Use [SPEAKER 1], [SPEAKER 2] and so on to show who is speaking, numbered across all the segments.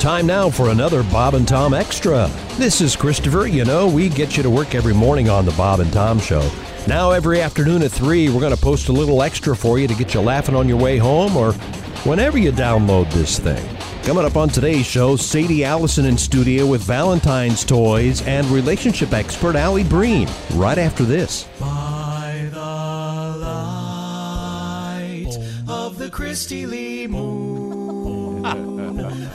[SPEAKER 1] Time now for another Bob and Tom Extra. This is Christopher. You know, we get you to work every morning on the Bob and Tom Show. Now, every afternoon at 3, we're going to post a little extra for you to get you laughing on your way home or whenever you download this thing. Coming up on today's show, Sadie Allison in studio with Valentine's Toys and relationship expert Allie Breen right after this.
[SPEAKER 2] By the light of the Christy Lee moon,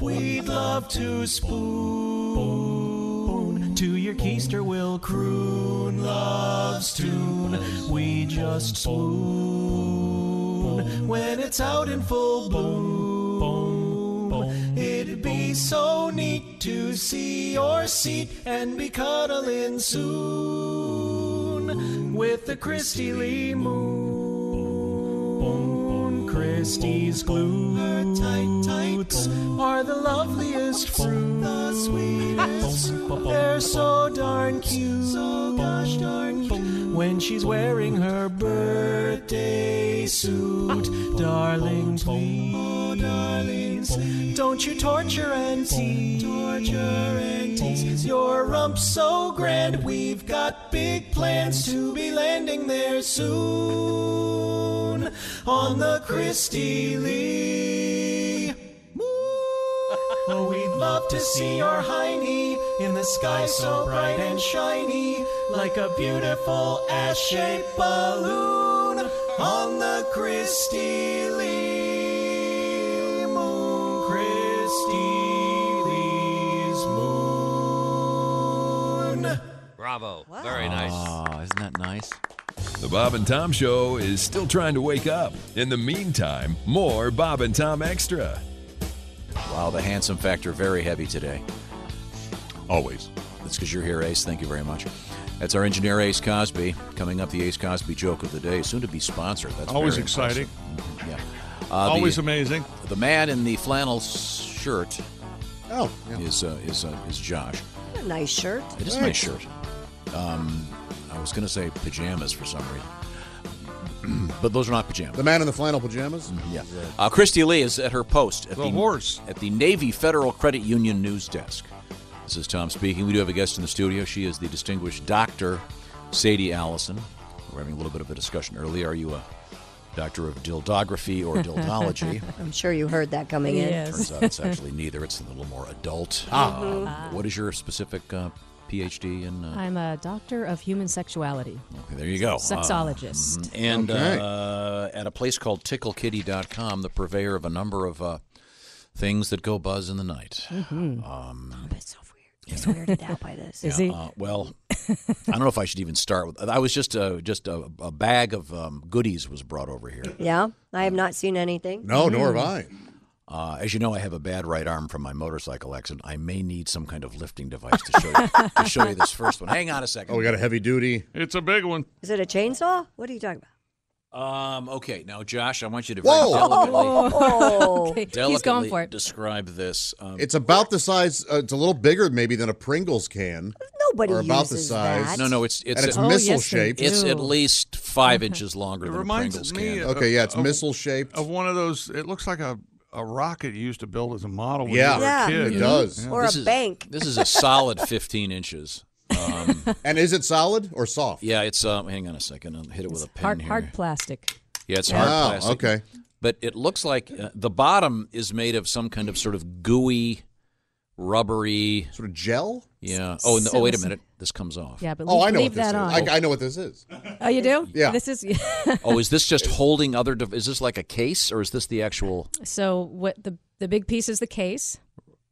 [SPEAKER 2] we'd love to spoon to your keister will croon love's tune. We just swoon when it's out in full bloom. It'd be so neat to see your seat and be cuddling soon with the Christy Lee moon. Christy's glutes are the loveliest fruit, the sweetest. They're so darn cute, so gosh darn cute. When she's wearing her birthday suit, darling, please, oh, darling, don't you torture and tease, torture and tease. Your rump's so grand, we've got big plans to be landing there soon on the Christie Lee. Oh, we'd love to see your hiney in the sky so bright and shiny, like a beautiful ash-shaped balloon on the Christie Lee moon. Christie Lee's moon.
[SPEAKER 3] Bravo. Very nice.
[SPEAKER 4] Aw, Ah, isn't that nice?
[SPEAKER 5] The Bob and Tom Show is still trying to wake up. In the meantime, more Bob and Tom Extra.
[SPEAKER 4] Wow, the handsome factor very heavy today.
[SPEAKER 6] Always.
[SPEAKER 4] That's because you're here, Ace. Thank you very much. That's our engineer, Ace Cosby. Coming up, the Ace Cosby joke of the day, soon to be sponsored. That's
[SPEAKER 6] Always
[SPEAKER 4] very
[SPEAKER 6] exciting.
[SPEAKER 4] impressive. Yeah. Uh, the-
[SPEAKER 6] Always amazing.
[SPEAKER 4] The man in the flannel s- shirt
[SPEAKER 6] Oh, yeah.
[SPEAKER 4] is uh, is uh, is Josh.
[SPEAKER 7] A nice shirt.
[SPEAKER 4] It is a nice shirt. Um, I was going to say pajamas for some reason, but those are not pajamas.
[SPEAKER 8] The man in the flannel pajamas.
[SPEAKER 4] Yeah. Uh, Christy Lee is at her post at
[SPEAKER 6] The horse.
[SPEAKER 4] at the Navy Federal Credit Union News Desk. This is Tom speaking. We do have a guest in the studio. She is the distinguished Doctor Sadie Allison. We are having a little bit of a discussion earlier. Are you a doctor of dildography or dildology?
[SPEAKER 7] I'm sure you heard that coming in.
[SPEAKER 4] Turns out it's actually neither. It's a little more adult. Um, what is your specific uh, PhD in? Uh,
[SPEAKER 9] I'm a doctor of human sexuality,
[SPEAKER 4] okay, there you go.
[SPEAKER 9] sexologist.
[SPEAKER 4] Um, and
[SPEAKER 8] Okay.
[SPEAKER 4] uh, at a place called TickleKitty.com, the purveyor of a number of uh, things that go buzz in the night.
[SPEAKER 7] It's Oh, so weird. He's weirded out by this.
[SPEAKER 9] Is he?
[SPEAKER 4] Uh, well, I don't know if I should even start with. I was just uh, just a, a bag of um, goodies was brought over here.
[SPEAKER 7] Yeah, I have not seen anything.
[SPEAKER 8] No, nor
[SPEAKER 4] Mm.
[SPEAKER 8] have I.
[SPEAKER 4] Uh, as you know, I have a bad right arm from my motorcycle accident. I may need some kind of lifting device to show you, to show you this first one. Hang on a second.
[SPEAKER 8] Oh, we got a heavy duty.
[SPEAKER 6] It's a big one.
[SPEAKER 7] Is it a chainsaw? What are you talking
[SPEAKER 4] Um, okay, now Josh, I want you to very
[SPEAKER 8] Whoa!
[SPEAKER 4] delicately,
[SPEAKER 7] about? Oh,
[SPEAKER 4] delicately
[SPEAKER 9] He's going for it.
[SPEAKER 4] describe this. Um,
[SPEAKER 8] It's about the size. Uh, it's a little bigger maybe than a Pringles can,
[SPEAKER 7] nobody
[SPEAKER 8] Or about the
[SPEAKER 7] uses
[SPEAKER 8] size.
[SPEAKER 7] that.
[SPEAKER 4] no, no, it's it's
[SPEAKER 8] and it's
[SPEAKER 4] a-
[SPEAKER 9] Oh, yes,
[SPEAKER 8] missile
[SPEAKER 9] they
[SPEAKER 8] shaped.
[SPEAKER 9] do.
[SPEAKER 4] it's at least five inches longer
[SPEAKER 6] It
[SPEAKER 4] than a
[SPEAKER 6] reminds
[SPEAKER 4] Pringles
[SPEAKER 6] me
[SPEAKER 4] can.
[SPEAKER 6] of-
[SPEAKER 8] Okay, yeah, it's
[SPEAKER 6] of-
[SPEAKER 8] missile shaped.
[SPEAKER 6] Of one of those, it looks like a, a rocket you used to build as a model when
[SPEAKER 8] Yeah.
[SPEAKER 6] you were
[SPEAKER 7] Yeah.
[SPEAKER 6] a
[SPEAKER 9] Mm-hmm.
[SPEAKER 6] kid.
[SPEAKER 8] It does.
[SPEAKER 7] Or
[SPEAKER 4] This
[SPEAKER 7] a
[SPEAKER 4] is-
[SPEAKER 7] bank.
[SPEAKER 4] This is a solid 15 inches. Um,
[SPEAKER 8] And is it solid or soft?
[SPEAKER 4] yeah, it's. Um, hang on a second. I'll hit it with a pen
[SPEAKER 9] hard,
[SPEAKER 4] here.
[SPEAKER 9] hard plastic.
[SPEAKER 4] Yeah, it's hard
[SPEAKER 8] Wow.
[SPEAKER 4] plastic.
[SPEAKER 8] Oh, okay.
[SPEAKER 4] But it looks like uh, the bottom is made of some kind of sort of gooey, rubbery.
[SPEAKER 8] Sort of gel.
[SPEAKER 4] Yeah. Oh, and the, oh,
[SPEAKER 9] So-
[SPEAKER 4] wait a minute. This comes off.
[SPEAKER 9] Yeah, but
[SPEAKER 8] oh,
[SPEAKER 9] leave,
[SPEAKER 8] I know
[SPEAKER 9] leave
[SPEAKER 8] what this
[SPEAKER 9] that
[SPEAKER 8] is.
[SPEAKER 9] on.
[SPEAKER 8] I, I know what this is.
[SPEAKER 9] oh, you do?
[SPEAKER 8] Yeah.
[SPEAKER 9] This is
[SPEAKER 4] Oh, is this just holding other? Dev- is this like a case, or is this the actual?
[SPEAKER 9] so. What the the big piece is the case,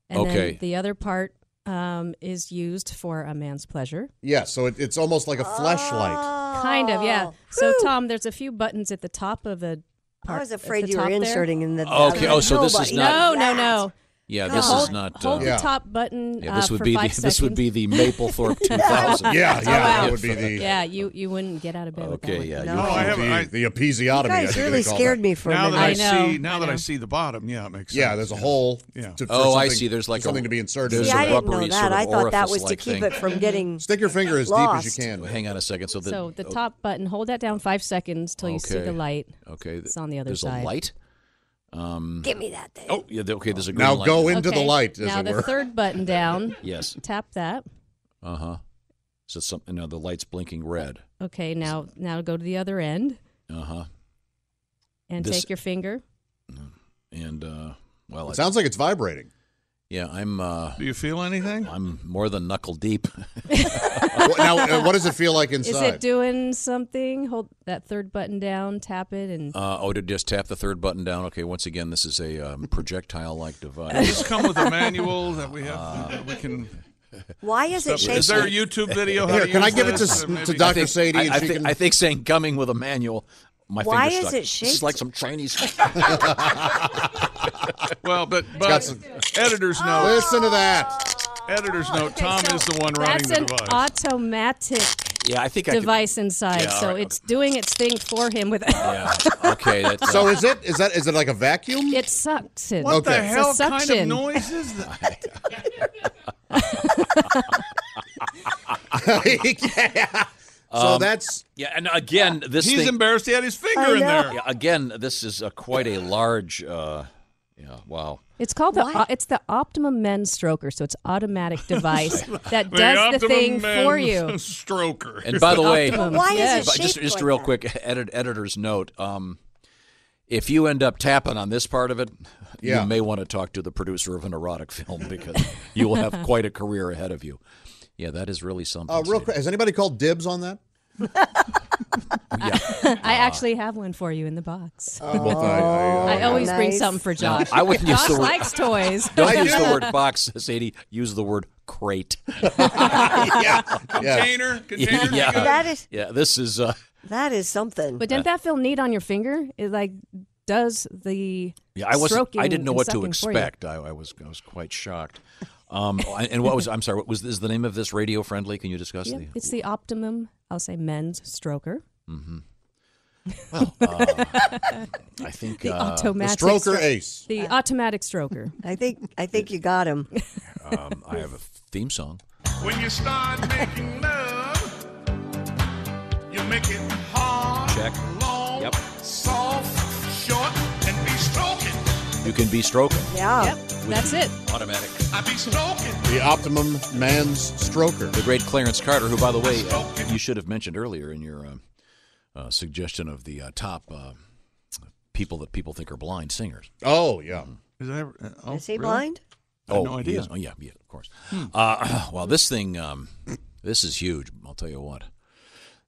[SPEAKER 9] and
[SPEAKER 4] Okay.
[SPEAKER 9] then the other part um, is used for a man's pleasure.
[SPEAKER 8] Yeah. So it, it's almost like a flashlight.
[SPEAKER 9] Kind of, yeah. So Tom, there's a few buttons at the top of the. Part,
[SPEAKER 7] I was
[SPEAKER 9] at
[SPEAKER 7] afraid
[SPEAKER 9] the
[SPEAKER 7] you were
[SPEAKER 9] top there.
[SPEAKER 7] inserting in the.
[SPEAKER 4] Okay, oh, so this is
[SPEAKER 7] Nobody
[SPEAKER 4] not-
[SPEAKER 9] No,
[SPEAKER 7] does that.
[SPEAKER 9] no, no.
[SPEAKER 4] Yeah, this
[SPEAKER 9] hold,
[SPEAKER 4] is not.
[SPEAKER 9] Hold the
[SPEAKER 4] uh,
[SPEAKER 9] top button.
[SPEAKER 4] Yeah, this
[SPEAKER 9] uh,
[SPEAKER 4] would
[SPEAKER 9] for
[SPEAKER 4] be
[SPEAKER 9] five
[SPEAKER 4] the, this would be the Maplethorpe
[SPEAKER 8] Yeah,
[SPEAKER 4] 2000.
[SPEAKER 8] yeah, that
[SPEAKER 9] wow.
[SPEAKER 8] would be the.
[SPEAKER 9] Yeah, you you wouldn't get out of bed. with that
[SPEAKER 4] Okay,
[SPEAKER 9] one.
[SPEAKER 4] yeah,
[SPEAKER 8] the
[SPEAKER 4] you-
[SPEAKER 8] EPZ,
[SPEAKER 6] Oh, I haven't- I-
[SPEAKER 8] the episiotomy.
[SPEAKER 7] You guys
[SPEAKER 8] I think
[SPEAKER 7] really
[SPEAKER 8] they call
[SPEAKER 7] scared
[SPEAKER 8] that.
[SPEAKER 7] me for a
[SPEAKER 6] now
[SPEAKER 7] minute.
[SPEAKER 6] that I,
[SPEAKER 9] I know,
[SPEAKER 6] see, now
[SPEAKER 9] I
[SPEAKER 6] that I
[SPEAKER 9] know.
[SPEAKER 6] see the bottom, yeah, it makes sense.
[SPEAKER 8] Yeah, there's a hole.
[SPEAKER 6] Yeah.
[SPEAKER 8] to- for
[SPEAKER 4] Oh, I
[SPEAKER 8] something-
[SPEAKER 4] see. There's like a-
[SPEAKER 8] something to be inserted.
[SPEAKER 4] there's
[SPEAKER 7] See,
[SPEAKER 4] a
[SPEAKER 7] I didn't know
[SPEAKER 4] rubbery
[SPEAKER 7] that.
[SPEAKER 4] sort of
[SPEAKER 7] I thought that was to
[SPEAKER 4] orifice-like
[SPEAKER 7] keep
[SPEAKER 4] thing.
[SPEAKER 7] it from getting.
[SPEAKER 8] Stick your finger as deep as
[SPEAKER 7] Lost.
[SPEAKER 8] you can.
[SPEAKER 4] Oh, Hang on a second. So the
[SPEAKER 9] So the top button, hold that down five seconds till you see
[SPEAKER 4] Okay.
[SPEAKER 9] the light.
[SPEAKER 4] Okay, th-
[SPEAKER 9] It's on the other
[SPEAKER 4] there's
[SPEAKER 9] side.
[SPEAKER 4] a light.
[SPEAKER 7] Give me that thing.
[SPEAKER 4] Oh, yeah. th- Okay, there's a green
[SPEAKER 8] Now
[SPEAKER 4] light.
[SPEAKER 8] go into
[SPEAKER 9] Okay,
[SPEAKER 8] the light, as
[SPEAKER 9] now
[SPEAKER 8] it
[SPEAKER 9] the
[SPEAKER 8] were.
[SPEAKER 9] third button down.
[SPEAKER 4] Yes.
[SPEAKER 9] Tap that.
[SPEAKER 4] Uh huh. So something. Now the light's blinking red.
[SPEAKER 9] Okay, now now go to the other end
[SPEAKER 4] Uh huh.
[SPEAKER 9] and
[SPEAKER 4] This-
[SPEAKER 9] take your finger.
[SPEAKER 4] And uh, well,
[SPEAKER 8] It
[SPEAKER 4] I-
[SPEAKER 8] sounds like it's vibrating.
[SPEAKER 4] yeah, I'm uh,
[SPEAKER 6] Do you feel anything?
[SPEAKER 4] I'm more than knuckle deep.
[SPEAKER 8] What- now, uh, what does it feel like inside?
[SPEAKER 9] Is it doing something? Hold that third button down, tap it, and
[SPEAKER 4] Uh, oh, to just tap the third button down. Okay, once again, this is a um, projectile-like
[SPEAKER 6] Does
[SPEAKER 4] device.
[SPEAKER 6] this come with a manual that we have?
[SPEAKER 8] Uh,
[SPEAKER 6] that we can.
[SPEAKER 7] Why is it shaking?
[SPEAKER 6] Is there a YouTube video? How
[SPEAKER 8] Here,
[SPEAKER 6] to
[SPEAKER 8] can I
[SPEAKER 6] use
[SPEAKER 8] give it
[SPEAKER 6] this? Or
[SPEAKER 8] to, s- to
[SPEAKER 6] maybe-
[SPEAKER 4] I
[SPEAKER 8] Dr.
[SPEAKER 4] think,
[SPEAKER 8] Sadie?
[SPEAKER 4] I,
[SPEAKER 8] and
[SPEAKER 4] I
[SPEAKER 8] she
[SPEAKER 4] think,
[SPEAKER 8] can,
[SPEAKER 4] I think saying gumming with a manual, my
[SPEAKER 7] Why
[SPEAKER 4] finger
[SPEAKER 7] is
[SPEAKER 4] stuck.
[SPEAKER 7] it
[SPEAKER 4] This is
[SPEAKER 7] shaped-
[SPEAKER 4] like some Chinese.
[SPEAKER 6] Well, but,
[SPEAKER 8] got
[SPEAKER 6] but
[SPEAKER 8] some-
[SPEAKER 9] Oh.
[SPEAKER 6] editor's note.
[SPEAKER 8] Listen to that.
[SPEAKER 6] Editor's note. Tom is the one running
[SPEAKER 9] that's
[SPEAKER 6] the
[SPEAKER 9] an
[SPEAKER 6] device.
[SPEAKER 9] automatic
[SPEAKER 4] yeah, I think I
[SPEAKER 9] device inside,
[SPEAKER 4] Yeah, all
[SPEAKER 9] so
[SPEAKER 4] right,
[SPEAKER 9] it's doing its thing for him. With
[SPEAKER 4] could. Yeah. Okay. That's,
[SPEAKER 8] So
[SPEAKER 4] uh,
[SPEAKER 8] is it is that is it like a vacuum?
[SPEAKER 9] it sucks it.
[SPEAKER 6] what
[SPEAKER 8] Okay.
[SPEAKER 6] the
[SPEAKER 8] It's
[SPEAKER 9] a
[SPEAKER 6] hell kind of
[SPEAKER 9] suction.
[SPEAKER 6] noise is that?
[SPEAKER 8] yeah. So
[SPEAKER 4] Um,
[SPEAKER 8] that's
[SPEAKER 4] yeah, and again, this
[SPEAKER 6] He's
[SPEAKER 4] thing.
[SPEAKER 6] embarrassed he had his finger in there.
[SPEAKER 4] yeah, again, this is uh quite a large. Uh, yeah. Wow.
[SPEAKER 9] It's called the it's the Optimum Men's Stroker, so it's automatic device that
[SPEAKER 6] The
[SPEAKER 9] does the
[SPEAKER 6] optimum
[SPEAKER 9] thing for
[SPEAKER 6] men's
[SPEAKER 9] you.
[SPEAKER 6] Stroker.
[SPEAKER 4] And by the way,
[SPEAKER 9] Optimum.
[SPEAKER 7] Why
[SPEAKER 9] Yes.
[SPEAKER 7] is it
[SPEAKER 4] But
[SPEAKER 7] shaped
[SPEAKER 4] just just
[SPEAKER 7] like
[SPEAKER 4] real
[SPEAKER 7] that?
[SPEAKER 4] quick edit, editor's note um, if you end up tapping on this part of it
[SPEAKER 8] Yeah.
[SPEAKER 4] you may want to talk to the producer of an erotic film because you will have quite a career ahead of you yeah that is really something
[SPEAKER 8] uh, real
[SPEAKER 4] Sadie.
[SPEAKER 8] quick. Has anybody called dibs on that?
[SPEAKER 9] I actually have one for you in the box.
[SPEAKER 8] Well, I- I-
[SPEAKER 9] I always bring
[SPEAKER 7] Nice.
[SPEAKER 9] something for Josh.
[SPEAKER 4] I wouldn't use
[SPEAKER 9] Josh
[SPEAKER 4] the word-
[SPEAKER 9] likes toys.
[SPEAKER 4] don't use the word box sadie use the word crate
[SPEAKER 8] yeah, yeah.
[SPEAKER 6] container. Container.
[SPEAKER 4] Yeah.
[SPEAKER 7] That is
[SPEAKER 4] yeah this is uh,
[SPEAKER 7] that is something.
[SPEAKER 9] But didn't that feel neat on your finger? It like does the
[SPEAKER 4] yeah, i wasn't
[SPEAKER 9] stroking
[SPEAKER 4] i didn't know
[SPEAKER 9] and
[SPEAKER 4] what to
[SPEAKER 9] sucking for you.
[SPEAKER 4] expect I, I was i was quite shocked um, oh, and what was i'm sorry what was is the name of this radio friendly can you discuss
[SPEAKER 9] Yep,
[SPEAKER 4] the
[SPEAKER 9] It's the Optimum. I'll say men's stroker.
[SPEAKER 4] i think
[SPEAKER 9] The
[SPEAKER 4] uh,
[SPEAKER 8] The
[SPEAKER 9] automatic
[SPEAKER 8] stroker
[SPEAKER 9] stro-
[SPEAKER 8] ace.
[SPEAKER 9] The automatic stroker.
[SPEAKER 7] I think I think you got him.
[SPEAKER 4] um, i have a theme song
[SPEAKER 2] When you start making love, you make it hard,
[SPEAKER 4] Check.
[SPEAKER 2] long,
[SPEAKER 4] Yep.
[SPEAKER 2] soft, short, and be stroking.
[SPEAKER 4] You can be stroking.
[SPEAKER 7] Yeah.
[SPEAKER 9] Yep, that's it.
[SPEAKER 4] Automatic.
[SPEAKER 2] I be stroking.
[SPEAKER 8] The optimum man's stroker.
[SPEAKER 4] The great Clarence Carter, who, by the way, uh, you should have mentioned earlier in your uh, uh, suggestion of the uh, top uh, people that people think are blind singers.
[SPEAKER 8] Oh yeah.
[SPEAKER 6] Is, that, uh, oh,
[SPEAKER 7] Is he
[SPEAKER 6] really?
[SPEAKER 7] blind?
[SPEAKER 6] I had no
[SPEAKER 4] he
[SPEAKER 6] idea.
[SPEAKER 4] is- Oh, yeah, yeah, of course.
[SPEAKER 9] Hmm.
[SPEAKER 4] Uh, well, this thing, um, this is huge. I'll tell you what.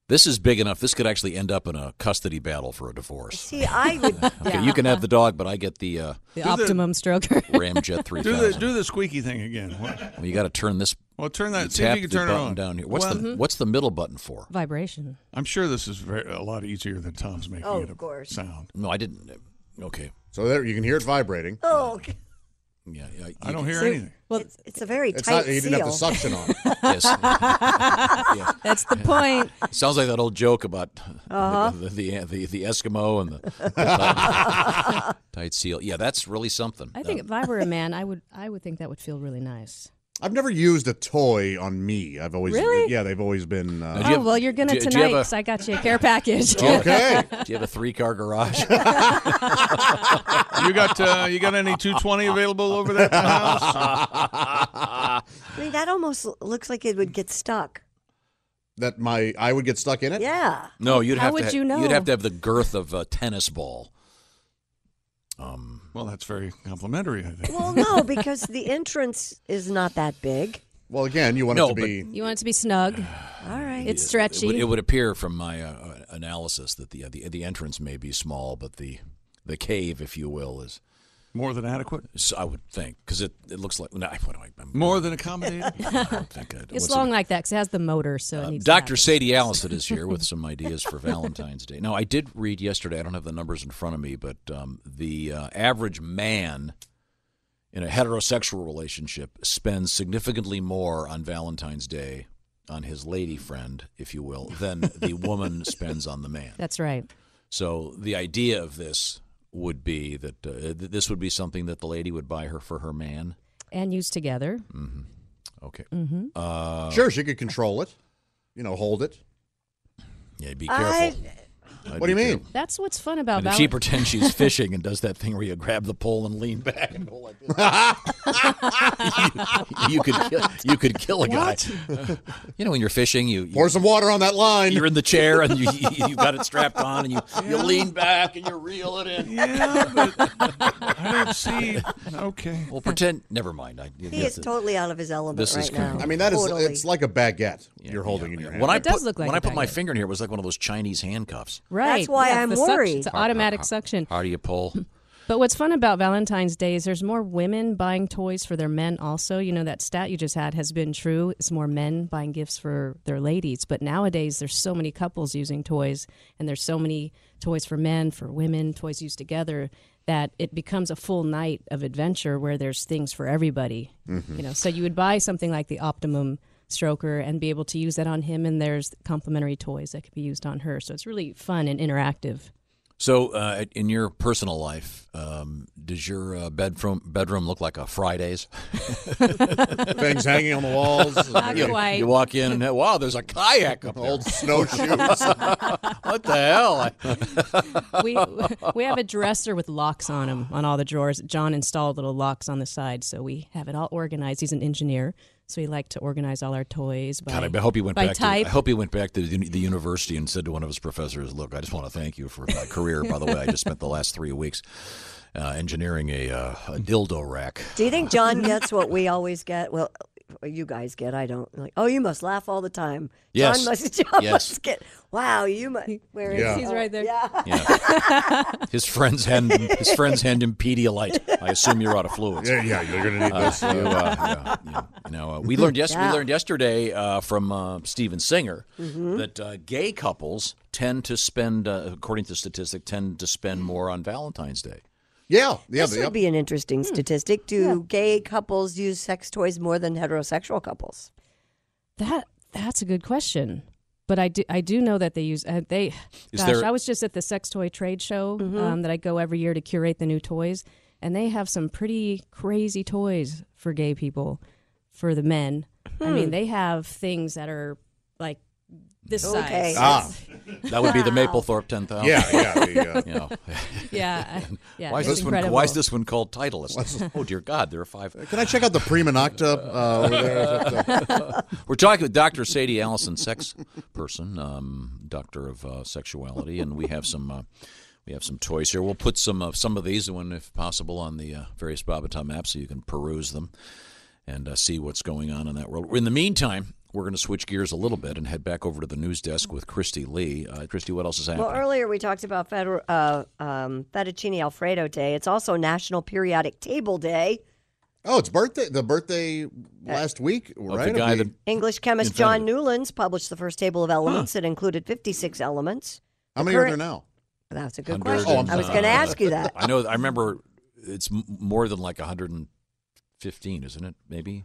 [SPEAKER 4] This is big enough. This could actually end up in a custody battle for a divorce.
[SPEAKER 7] See, I would.
[SPEAKER 4] Okay, you can have the dog, but I get the uh,
[SPEAKER 9] The Optimum stroker.
[SPEAKER 4] Ramjet
[SPEAKER 6] Do the
[SPEAKER 4] 3000.
[SPEAKER 6] do the squeaky thing again. What-
[SPEAKER 4] well, you got to turn this.
[SPEAKER 6] Well, turn that.
[SPEAKER 4] you
[SPEAKER 6] see if
[SPEAKER 4] tap
[SPEAKER 6] you can
[SPEAKER 4] the
[SPEAKER 6] turn it
[SPEAKER 4] button
[SPEAKER 6] on
[SPEAKER 4] down here. What's
[SPEAKER 6] well, mm-hmm.
[SPEAKER 4] the Mm-hmm. what's the middle button for?
[SPEAKER 9] Vibration.
[SPEAKER 6] I'm sure this is very, a lot easier than Tom's making
[SPEAKER 7] Oh,
[SPEAKER 6] it.
[SPEAKER 7] of course.
[SPEAKER 6] Sound.
[SPEAKER 4] No, I didn't. uh, Okay.
[SPEAKER 8] So there you can hear it vibrating.
[SPEAKER 7] Oh, okay.
[SPEAKER 4] Yeah, yeah, you
[SPEAKER 6] I don't
[SPEAKER 4] can-
[SPEAKER 6] hear
[SPEAKER 7] See,
[SPEAKER 6] anything.
[SPEAKER 9] Well,
[SPEAKER 7] it's, it's a very
[SPEAKER 8] It's
[SPEAKER 7] tight
[SPEAKER 8] not. You didn't have the
[SPEAKER 7] seal.
[SPEAKER 8] suction on.
[SPEAKER 4] Yes. Yeah.
[SPEAKER 9] that's the point.
[SPEAKER 4] Sounds like that old joke about
[SPEAKER 9] Uh-huh.
[SPEAKER 4] the, the, the the Eskimo and the, the tight, tight seal. Yeah, that's really something.
[SPEAKER 9] I think
[SPEAKER 4] Uh,
[SPEAKER 9] if I were a man, I would I would think that would feel really nice.
[SPEAKER 8] I've never used a toy on me. I've always
[SPEAKER 9] Really?
[SPEAKER 8] yeah. They've always been uh,
[SPEAKER 4] do you
[SPEAKER 9] Oh
[SPEAKER 4] have-
[SPEAKER 9] well, you're gonna
[SPEAKER 4] do- do you have
[SPEAKER 9] tonight
[SPEAKER 4] a-
[SPEAKER 9] 'cause I got you a care package.
[SPEAKER 8] okay.
[SPEAKER 4] do you have a three car garage?
[SPEAKER 6] You got uh, you got any 220 available over there at the house?
[SPEAKER 7] I mean, that almost l- looks like it would get stuck.
[SPEAKER 8] that my I would get stuck in it.
[SPEAKER 7] Yeah.
[SPEAKER 4] no, you'd
[SPEAKER 9] How
[SPEAKER 4] have
[SPEAKER 9] would
[SPEAKER 4] to. ha-
[SPEAKER 9] you know?
[SPEAKER 4] You'd have to have the girth of a tennis ball.
[SPEAKER 6] Well, that's very complimentary. I think.
[SPEAKER 7] Well, no, because the entrance is not that big.
[SPEAKER 8] Well, again, you want
[SPEAKER 4] No,
[SPEAKER 8] it to
[SPEAKER 4] but-
[SPEAKER 8] be.
[SPEAKER 9] You want it to be snug.
[SPEAKER 7] All right.
[SPEAKER 9] It's
[SPEAKER 4] It
[SPEAKER 9] stretchy.
[SPEAKER 4] would, it would appear from my uh, uh, analysis that the, uh, the the entrance may be small, but the the cave, if you will, is
[SPEAKER 6] More than adequate.
[SPEAKER 4] is- I would think because it, it looks like no, I, what do I, I'm,
[SPEAKER 6] More than accommodated.
[SPEAKER 4] I don't think I,
[SPEAKER 9] it's
[SPEAKER 4] what's the-
[SPEAKER 9] long like that because it has the motor, so it needs. to
[SPEAKER 4] Dr.
[SPEAKER 9] have-
[SPEAKER 4] Sadie Allison is here with some ideas for Valentine's Day. Now, I did read yesterday, I don't have the numbers in front of me, but um, the uh, average man in in a heterosexual relationship spends significantly more on Valentine's Day on his lady friend, if you will, than the woman spends on the man.
[SPEAKER 9] That's right.
[SPEAKER 4] So the idea of this would be that uh, th- this would be something that the lady would buy her for her man.
[SPEAKER 9] And used together.
[SPEAKER 4] hmm Okay.
[SPEAKER 9] Mm-hmm.
[SPEAKER 4] Uh,
[SPEAKER 8] sure, she could control it. You know, hold it.
[SPEAKER 4] Yeah, be careful.
[SPEAKER 9] I-
[SPEAKER 4] I'd
[SPEAKER 8] what do you
[SPEAKER 4] be
[SPEAKER 8] mean?
[SPEAKER 4] careful.
[SPEAKER 9] That's what's fun about
[SPEAKER 4] And if
[SPEAKER 9] Valentine's
[SPEAKER 4] she pretends she's fishing and does that thing where you grab the pole and lean back and go like this, you, you could kill, you could kill a guy. You know when you're fishing, you, you
[SPEAKER 8] Pour some water on that line.
[SPEAKER 4] you're in the chair and you you you got it strapped on and you you
[SPEAKER 2] Yeah.
[SPEAKER 4] lean back and you reel it in.
[SPEAKER 2] Yeah, but I don't see. Okay.
[SPEAKER 4] Well, pretend. Never mind. I,
[SPEAKER 7] He is totally out of his element
[SPEAKER 4] This
[SPEAKER 7] right
[SPEAKER 4] is
[SPEAKER 7] now.
[SPEAKER 8] I mean, that is
[SPEAKER 7] Totally.
[SPEAKER 8] it's like a baguette you're holding in your hand.
[SPEAKER 4] When I
[SPEAKER 9] It does
[SPEAKER 4] put,
[SPEAKER 9] look like
[SPEAKER 4] when
[SPEAKER 9] a
[SPEAKER 4] I put my
[SPEAKER 9] baguette.
[SPEAKER 4] finger in here, it was like one of those Chinese handcuffs.
[SPEAKER 9] Right.
[SPEAKER 7] That's why
[SPEAKER 9] Yes,
[SPEAKER 7] I'm
[SPEAKER 9] the suction-
[SPEAKER 7] worried.
[SPEAKER 9] it's an automatic
[SPEAKER 4] how-
[SPEAKER 9] suction.
[SPEAKER 4] How do you pull?
[SPEAKER 9] But what's fun about Valentine's Day is there's more women buying toys for their men also. You know, that stat you just had has been true. It's more men buying gifts for their ladies. But nowadays, there's so many couples using toys, and there's so many toys for men, for women, toys used together, that it becomes a full night of adventure where there's things for everybody. You know, so you would buy something like the Optimum stroker and be able to use that on him and there's complimentary toys that could be used on her so it's really fun and interactive
[SPEAKER 4] So, uh, in your personal life, um, does your uh, bedroom bedroom look like a Friday's?
[SPEAKER 8] Things hanging on the walls.
[SPEAKER 9] Not
[SPEAKER 4] you,
[SPEAKER 9] quite.
[SPEAKER 4] you walk in and wow, there's a kayak up there.
[SPEAKER 8] Old snowshoes.
[SPEAKER 4] what the hell?
[SPEAKER 9] we we have a dresser with locks on them on all the drawers. John installed little locks on the side, so we have it all organized. He's an engineer, so we like to organize all our toys by
[SPEAKER 4] God, I hope he went
[SPEAKER 9] by
[SPEAKER 4] back.
[SPEAKER 9] type.
[SPEAKER 4] To, I hope he went back to the, the university and said to one of his professors, "Look, I just want to thank you for my career. By the way, I just spent the last three weeks uh, engineering a, uh, a dildo rack."
[SPEAKER 7] Do you think John gets what we always get? Well, you guys get. I don't. Like, oh, you must laugh all the time.
[SPEAKER 4] Yes.
[SPEAKER 7] John must. John
[SPEAKER 4] Yes.
[SPEAKER 7] must get. Wow, you must. Where is
[SPEAKER 8] Yeah.
[SPEAKER 7] he?
[SPEAKER 9] He's right there.
[SPEAKER 7] Yeah.
[SPEAKER 4] His friends hand him, his friends hand him Pedialyte. I assume you're out of fluids.
[SPEAKER 8] yeah, yeah, you're gonna need
[SPEAKER 4] Uh,
[SPEAKER 8] this.
[SPEAKER 4] you, uh, yeah, yeah. You know, uh, we learned yes,
[SPEAKER 7] Yeah.
[SPEAKER 4] we learned yesterday uh, from uh, Steven Singer that uh, gay couples tend to spend, uh, according to statistic, tend to spend more on Valentine's Day.
[SPEAKER 8] yeah, yeah.
[SPEAKER 7] this
[SPEAKER 8] the-
[SPEAKER 7] would be an interesting statistic. Do gay couples use sex toys more than heterosexual couples?
[SPEAKER 9] That that's a good question. But I do, I do know that they use uh, they.
[SPEAKER 4] Is
[SPEAKER 9] gosh,
[SPEAKER 4] there-
[SPEAKER 9] I was just at the sex toy trade show um, that I go every year to curate the new toys, and they have some pretty crazy toys for gay people, for the men. I mean, they have things that are like this
[SPEAKER 7] Okay.
[SPEAKER 9] size.
[SPEAKER 8] ah,
[SPEAKER 4] That would be the Maplethorpe ten thousand.
[SPEAKER 8] yeah, yeah. The, uh,
[SPEAKER 4] You know.
[SPEAKER 9] Yeah, I- yeah.
[SPEAKER 4] why is
[SPEAKER 9] it's
[SPEAKER 4] this one? Why is
[SPEAKER 9] incredible.
[SPEAKER 4] this one called Titleist? oh dear God, there are five.
[SPEAKER 8] Can I check out the Prima Nocta uh, over there? Is that, uh,
[SPEAKER 4] We're talking with Dr. Sadie Allison, sex person, um, doctor of uh, sexuality, and we have some uh, we have some toys here. We'll put some of some of these, one if possible, on the uh, various Bob and Tom apps so you can peruse them and uh, see what's going on in that world. In the meantime, we're going to switch gears a little bit and head back over to the news desk with Christy Lee. Uh, Christy, what else is happening?
[SPEAKER 7] Well, earlier we talked about feder- uh, um, fettuccine alfredo day. It's also National Periodic Table Day.
[SPEAKER 8] oh, it's birthday. The
[SPEAKER 7] Uh,
[SPEAKER 8] birthday last week,
[SPEAKER 4] Of
[SPEAKER 8] right?
[SPEAKER 4] the guy
[SPEAKER 8] Of
[SPEAKER 4] that
[SPEAKER 7] English chemist John Newlands published the first table of elements that included 56 elements.
[SPEAKER 8] how
[SPEAKER 7] The
[SPEAKER 8] many are there
[SPEAKER 7] current-
[SPEAKER 8] now?
[SPEAKER 7] That's a good
[SPEAKER 4] Hundred
[SPEAKER 7] question.
[SPEAKER 8] and,
[SPEAKER 7] I was
[SPEAKER 8] uh,
[SPEAKER 7] going to ask you that.
[SPEAKER 4] I know. I remember it's m- more than like 115, isn't it? Maybe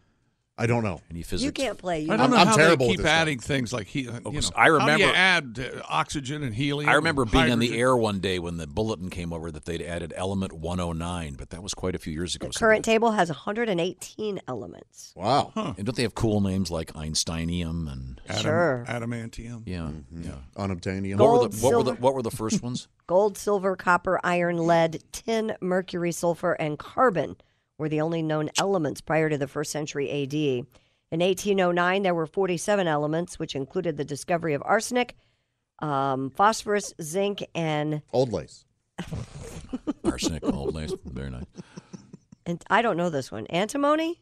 [SPEAKER 8] I don't know.
[SPEAKER 4] any physics?
[SPEAKER 7] You can't play. You
[SPEAKER 6] I
[SPEAKER 8] I'm-
[SPEAKER 6] don't know
[SPEAKER 8] I'm
[SPEAKER 6] how
[SPEAKER 8] terrible
[SPEAKER 6] they
[SPEAKER 8] at
[SPEAKER 6] keep
[SPEAKER 8] this stuff.
[SPEAKER 6] adding things like he. you know,
[SPEAKER 4] I
[SPEAKER 6] How do you
[SPEAKER 4] remember-
[SPEAKER 6] add uh, oxygen and helium?
[SPEAKER 4] I remember
[SPEAKER 6] and
[SPEAKER 4] being on the
[SPEAKER 6] hydrogen?
[SPEAKER 4] air one day when the bulletin came over that they'd added element 109, but that was quite a few years ago.
[SPEAKER 7] the
[SPEAKER 4] so
[SPEAKER 7] current table has 118 elements.
[SPEAKER 8] Wow.
[SPEAKER 4] they- and don't they have cool names like Einsteinium and
[SPEAKER 6] Adam-
[SPEAKER 7] Sure.
[SPEAKER 6] Adamantium.
[SPEAKER 4] yeah, yeah.
[SPEAKER 8] Unobtainium.
[SPEAKER 4] What were,
[SPEAKER 7] Gold,
[SPEAKER 4] the, what, were the,
[SPEAKER 7] silver.
[SPEAKER 4] what were the first ones?
[SPEAKER 7] Gold, silver, copper, iron, lead, tin, mercury, sulfur, and carbon were the only known elements prior to the first century AD. In 1809, there were 47 elements, which included the discovery of arsenic, um, phosphorus, zinc, and,
[SPEAKER 8] Old lace.
[SPEAKER 4] Arsenic, old names, very nice.
[SPEAKER 7] and I don't know this one, antimony?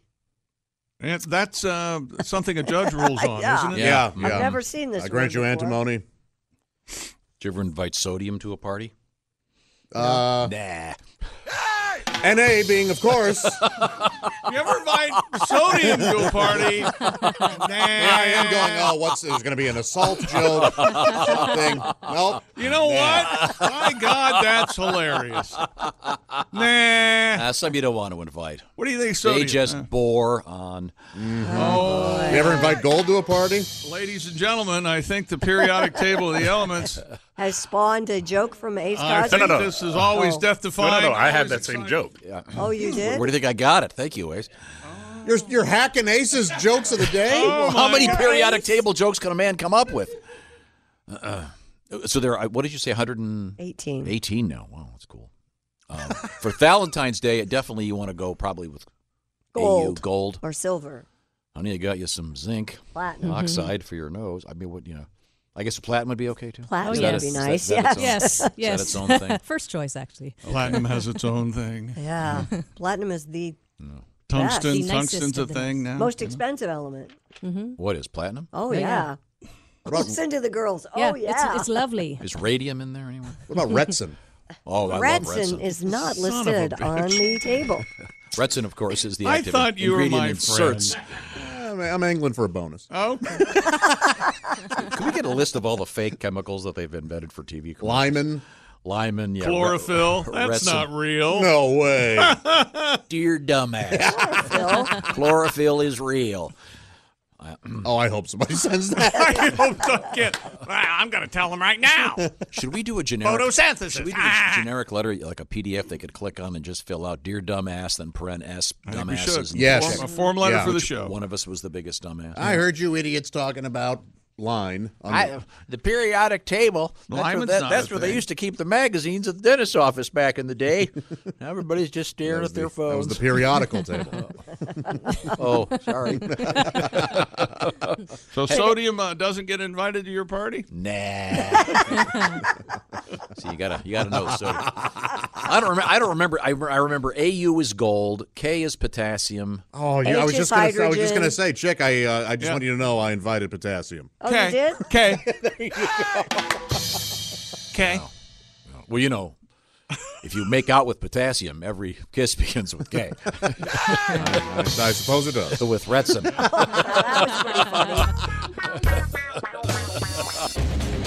[SPEAKER 6] And that's uh, something a judge rules on,
[SPEAKER 7] Yeah.
[SPEAKER 6] isn't it?
[SPEAKER 8] Yeah,
[SPEAKER 4] I've
[SPEAKER 8] yeah.
[SPEAKER 7] I've never seen this
[SPEAKER 8] I grant
[SPEAKER 7] one
[SPEAKER 8] you
[SPEAKER 7] before.
[SPEAKER 8] antimony.
[SPEAKER 4] Did you ever invite sodium to a party?
[SPEAKER 8] Uh,
[SPEAKER 4] Nah.
[SPEAKER 8] Na Uh, being, of course,
[SPEAKER 6] You ever invite sodium to a party. nah.
[SPEAKER 8] I am going, oh, what's there's going to be an assault joke? something. Nope.
[SPEAKER 6] You know what? My God, that's hilarious. Nah.
[SPEAKER 4] Uh, some you don't want to invite.
[SPEAKER 6] What do you think?
[SPEAKER 4] They
[SPEAKER 6] sodium?
[SPEAKER 4] just
[SPEAKER 6] Uh.
[SPEAKER 4] bore on.
[SPEAKER 6] Oh,
[SPEAKER 8] You ever invite gold to a party?
[SPEAKER 6] Ladies and gentlemen, I think the periodic table of the elements.
[SPEAKER 7] Has spawned a joke from Ace
[SPEAKER 6] I
[SPEAKER 7] Cosby.
[SPEAKER 6] think this is always
[SPEAKER 7] Oh.
[SPEAKER 6] death defying.
[SPEAKER 4] No, no, no, I
[SPEAKER 6] always
[SPEAKER 4] had that same
[SPEAKER 6] exciting.
[SPEAKER 4] joke. Yeah.
[SPEAKER 7] Oh, you did?
[SPEAKER 4] Where do you think I got it? Thank you, Ace.
[SPEAKER 8] You're, you're hacking Ace's jokes of the day?
[SPEAKER 6] Oh
[SPEAKER 4] Well, how many periodic table jokes can a man come up with? Uh, uh, so there, are, what did you say? 118. 18 now. Wow, that's cool. Um, for Valentine's Day, definitely you want to go probably with
[SPEAKER 7] Gold.
[SPEAKER 4] AU gold.
[SPEAKER 7] Or silver.
[SPEAKER 4] Honey, I got you some zinc
[SPEAKER 7] Platinum. Mhm.
[SPEAKER 4] oxide for your nose. I mean, what you know? I guess platinum would be okay too.
[SPEAKER 7] Platinum
[SPEAKER 4] Is that
[SPEAKER 7] would
[SPEAKER 4] a-
[SPEAKER 7] be
[SPEAKER 4] is that-
[SPEAKER 7] nice,
[SPEAKER 4] is that its own-
[SPEAKER 9] yes,
[SPEAKER 4] is that
[SPEAKER 9] yes.
[SPEAKER 4] its own thing?
[SPEAKER 9] First choice, actually.
[SPEAKER 6] Platinum has its own thing.
[SPEAKER 7] Yeah. Platinum is the best.
[SPEAKER 6] Tungsten, tungsten's a thing now.
[SPEAKER 7] Most expensive element.
[SPEAKER 9] Mm-hmm.
[SPEAKER 4] What is platinum?
[SPEAKER 7] Oh,
[SPEAKER 9] Yeah.
[SPEAKER 7] yeah.
[SPEAKER 4] about-
[SPEAKER 7] Listen to the girls.
[SPEAKER 9] Yeah,
[SPEAKER 7] oh,
[SPEAKER 9] it's-
[SPEAKER 7] yeah.
[SPEAKER 9] it's lovely.
[SPEAKER 4] Is radium in there anywhere?
[SPEAKER 8] What about Retsin?
[SPEAKER 4] Oh, I love
[SPEAKER 7] Redson
[SPEAKER 4] Retsin.
[SPEAKER 7] is not
[SPEAKER 6] Son of a
[SPEAKER 7] listed
[SPEAKER 6] bitch.
[SPEAKER 7] on the table.
[SPEAKER 4] Retsin, of course, is the
[SPEAKER 6] I
[SPEAKER 4] active
[SPEAKER 6] thought you were
[SPEAKER 4] ingredient
[SPEAKER 6] my
[SPEAKER 4] in certs.
[SPEAKER 8] I'm, I'm angling for a bonus.
[SPEAKER 6] Oh,
[SPEAKER 4] Can we get a list of all the fake chemicals that they've invented for TV? commercials?
[SPEAKER 8] Lyman.
[SPEAKER 4] Lyman, yeah.
[SPEAKER 6] chlorophyll. That's
[SPEAKER 4] Retsin.
[SPEAKER 6] not
[SPEAKER 4] Oh.
[SPEAKER 6] real.
[SPEAKER 8] No way.
[SPEAKER 4] Dear dumbass, chlorophyll is real.
[SPEAKER 8] oh, I hope somebody sends that.
[SPEAKER 6] I hope so. Get, I'm going to tell them right now.
[SPEAKER 4] Should we do a generic
[SPEAKER 6] Photosynthesis.
[SPEAKER 4] Should we do a
[SPEAKER 6] Ah.
[SPEAKER 4] generic letter like a PDF they could click on and just fill out "Dear dumbass" then paren s
[SPEAKER 6] think we
[SPEAKER 4] dumbasses?
[SPEAKER 6] should.
[SPEAKER 4] and
[SPEAKER 8] Yes.
[SPEAKER 4] check
[SPEAKER 6] Form- a form letter
[SPEAKER 8] Yeah.
[SPEAKER 6] for the
[SPEAKER 4] which
[SPEAKER 6] show.
[SPEAKER 4] One of us was the biggest dumbass.
[SPEAKER 8] I heard you idiots talking about line. on the-
[SPEAKER 4] I, the periodic table. That's where,
[SPEAKER 6] Lyman's
[SPEAKER 4] that,
[SPEAKER 6] not
[SPEAKER 4] that's
[SPEAKER 6] a
[SPEAKER 4] where
[SPEAKER 6] thing.
[SPEAKER 4] they used to keep the magazines at the dentist's office back in the day. now everybody's just
[SPEAKER 8] that,
[SPEAKER 4] staring
[SPEAKER 8] was
[SPEAKER 4] at
[SPEAKER 8] the,
[SPEAKER 4] their
[SPEAKER 8] that was
[SPEAKER 4] phones.
[SPEAKER 8] the periodical table.
[SPEAKER 4] oh, sorry.
[SPEAKER 6] So sodium uh, doesn't get invited to your party?
[SPEAKER 4] Nah. so you gotta you gotta know. So I don't remember. I don't remember. I, re- I remember AU is gold. K is potassium.
[SPEAKER 8] Oh, you, I was
[SPEAKER 7] H is
[SPEAKER 8] just gonna, I was just
[SPEAKER 7] hydrogen.
[SPEAKER 8] gonna say, chick. I uh, I just
[SPEAKER 6] Yeah.
[SPEAKER 8] want you to know I invited potassium.
[SPEAKER 7] Oh, you did?
[SPEAKER 6] Okay. Okay.
[SPEAKER 4] Well, you know, if you make out with potassium, every kiss begins with K. Uh,
[SPEAKER 8] I, I suppose it does.
[SPEAKER 4] with Retson.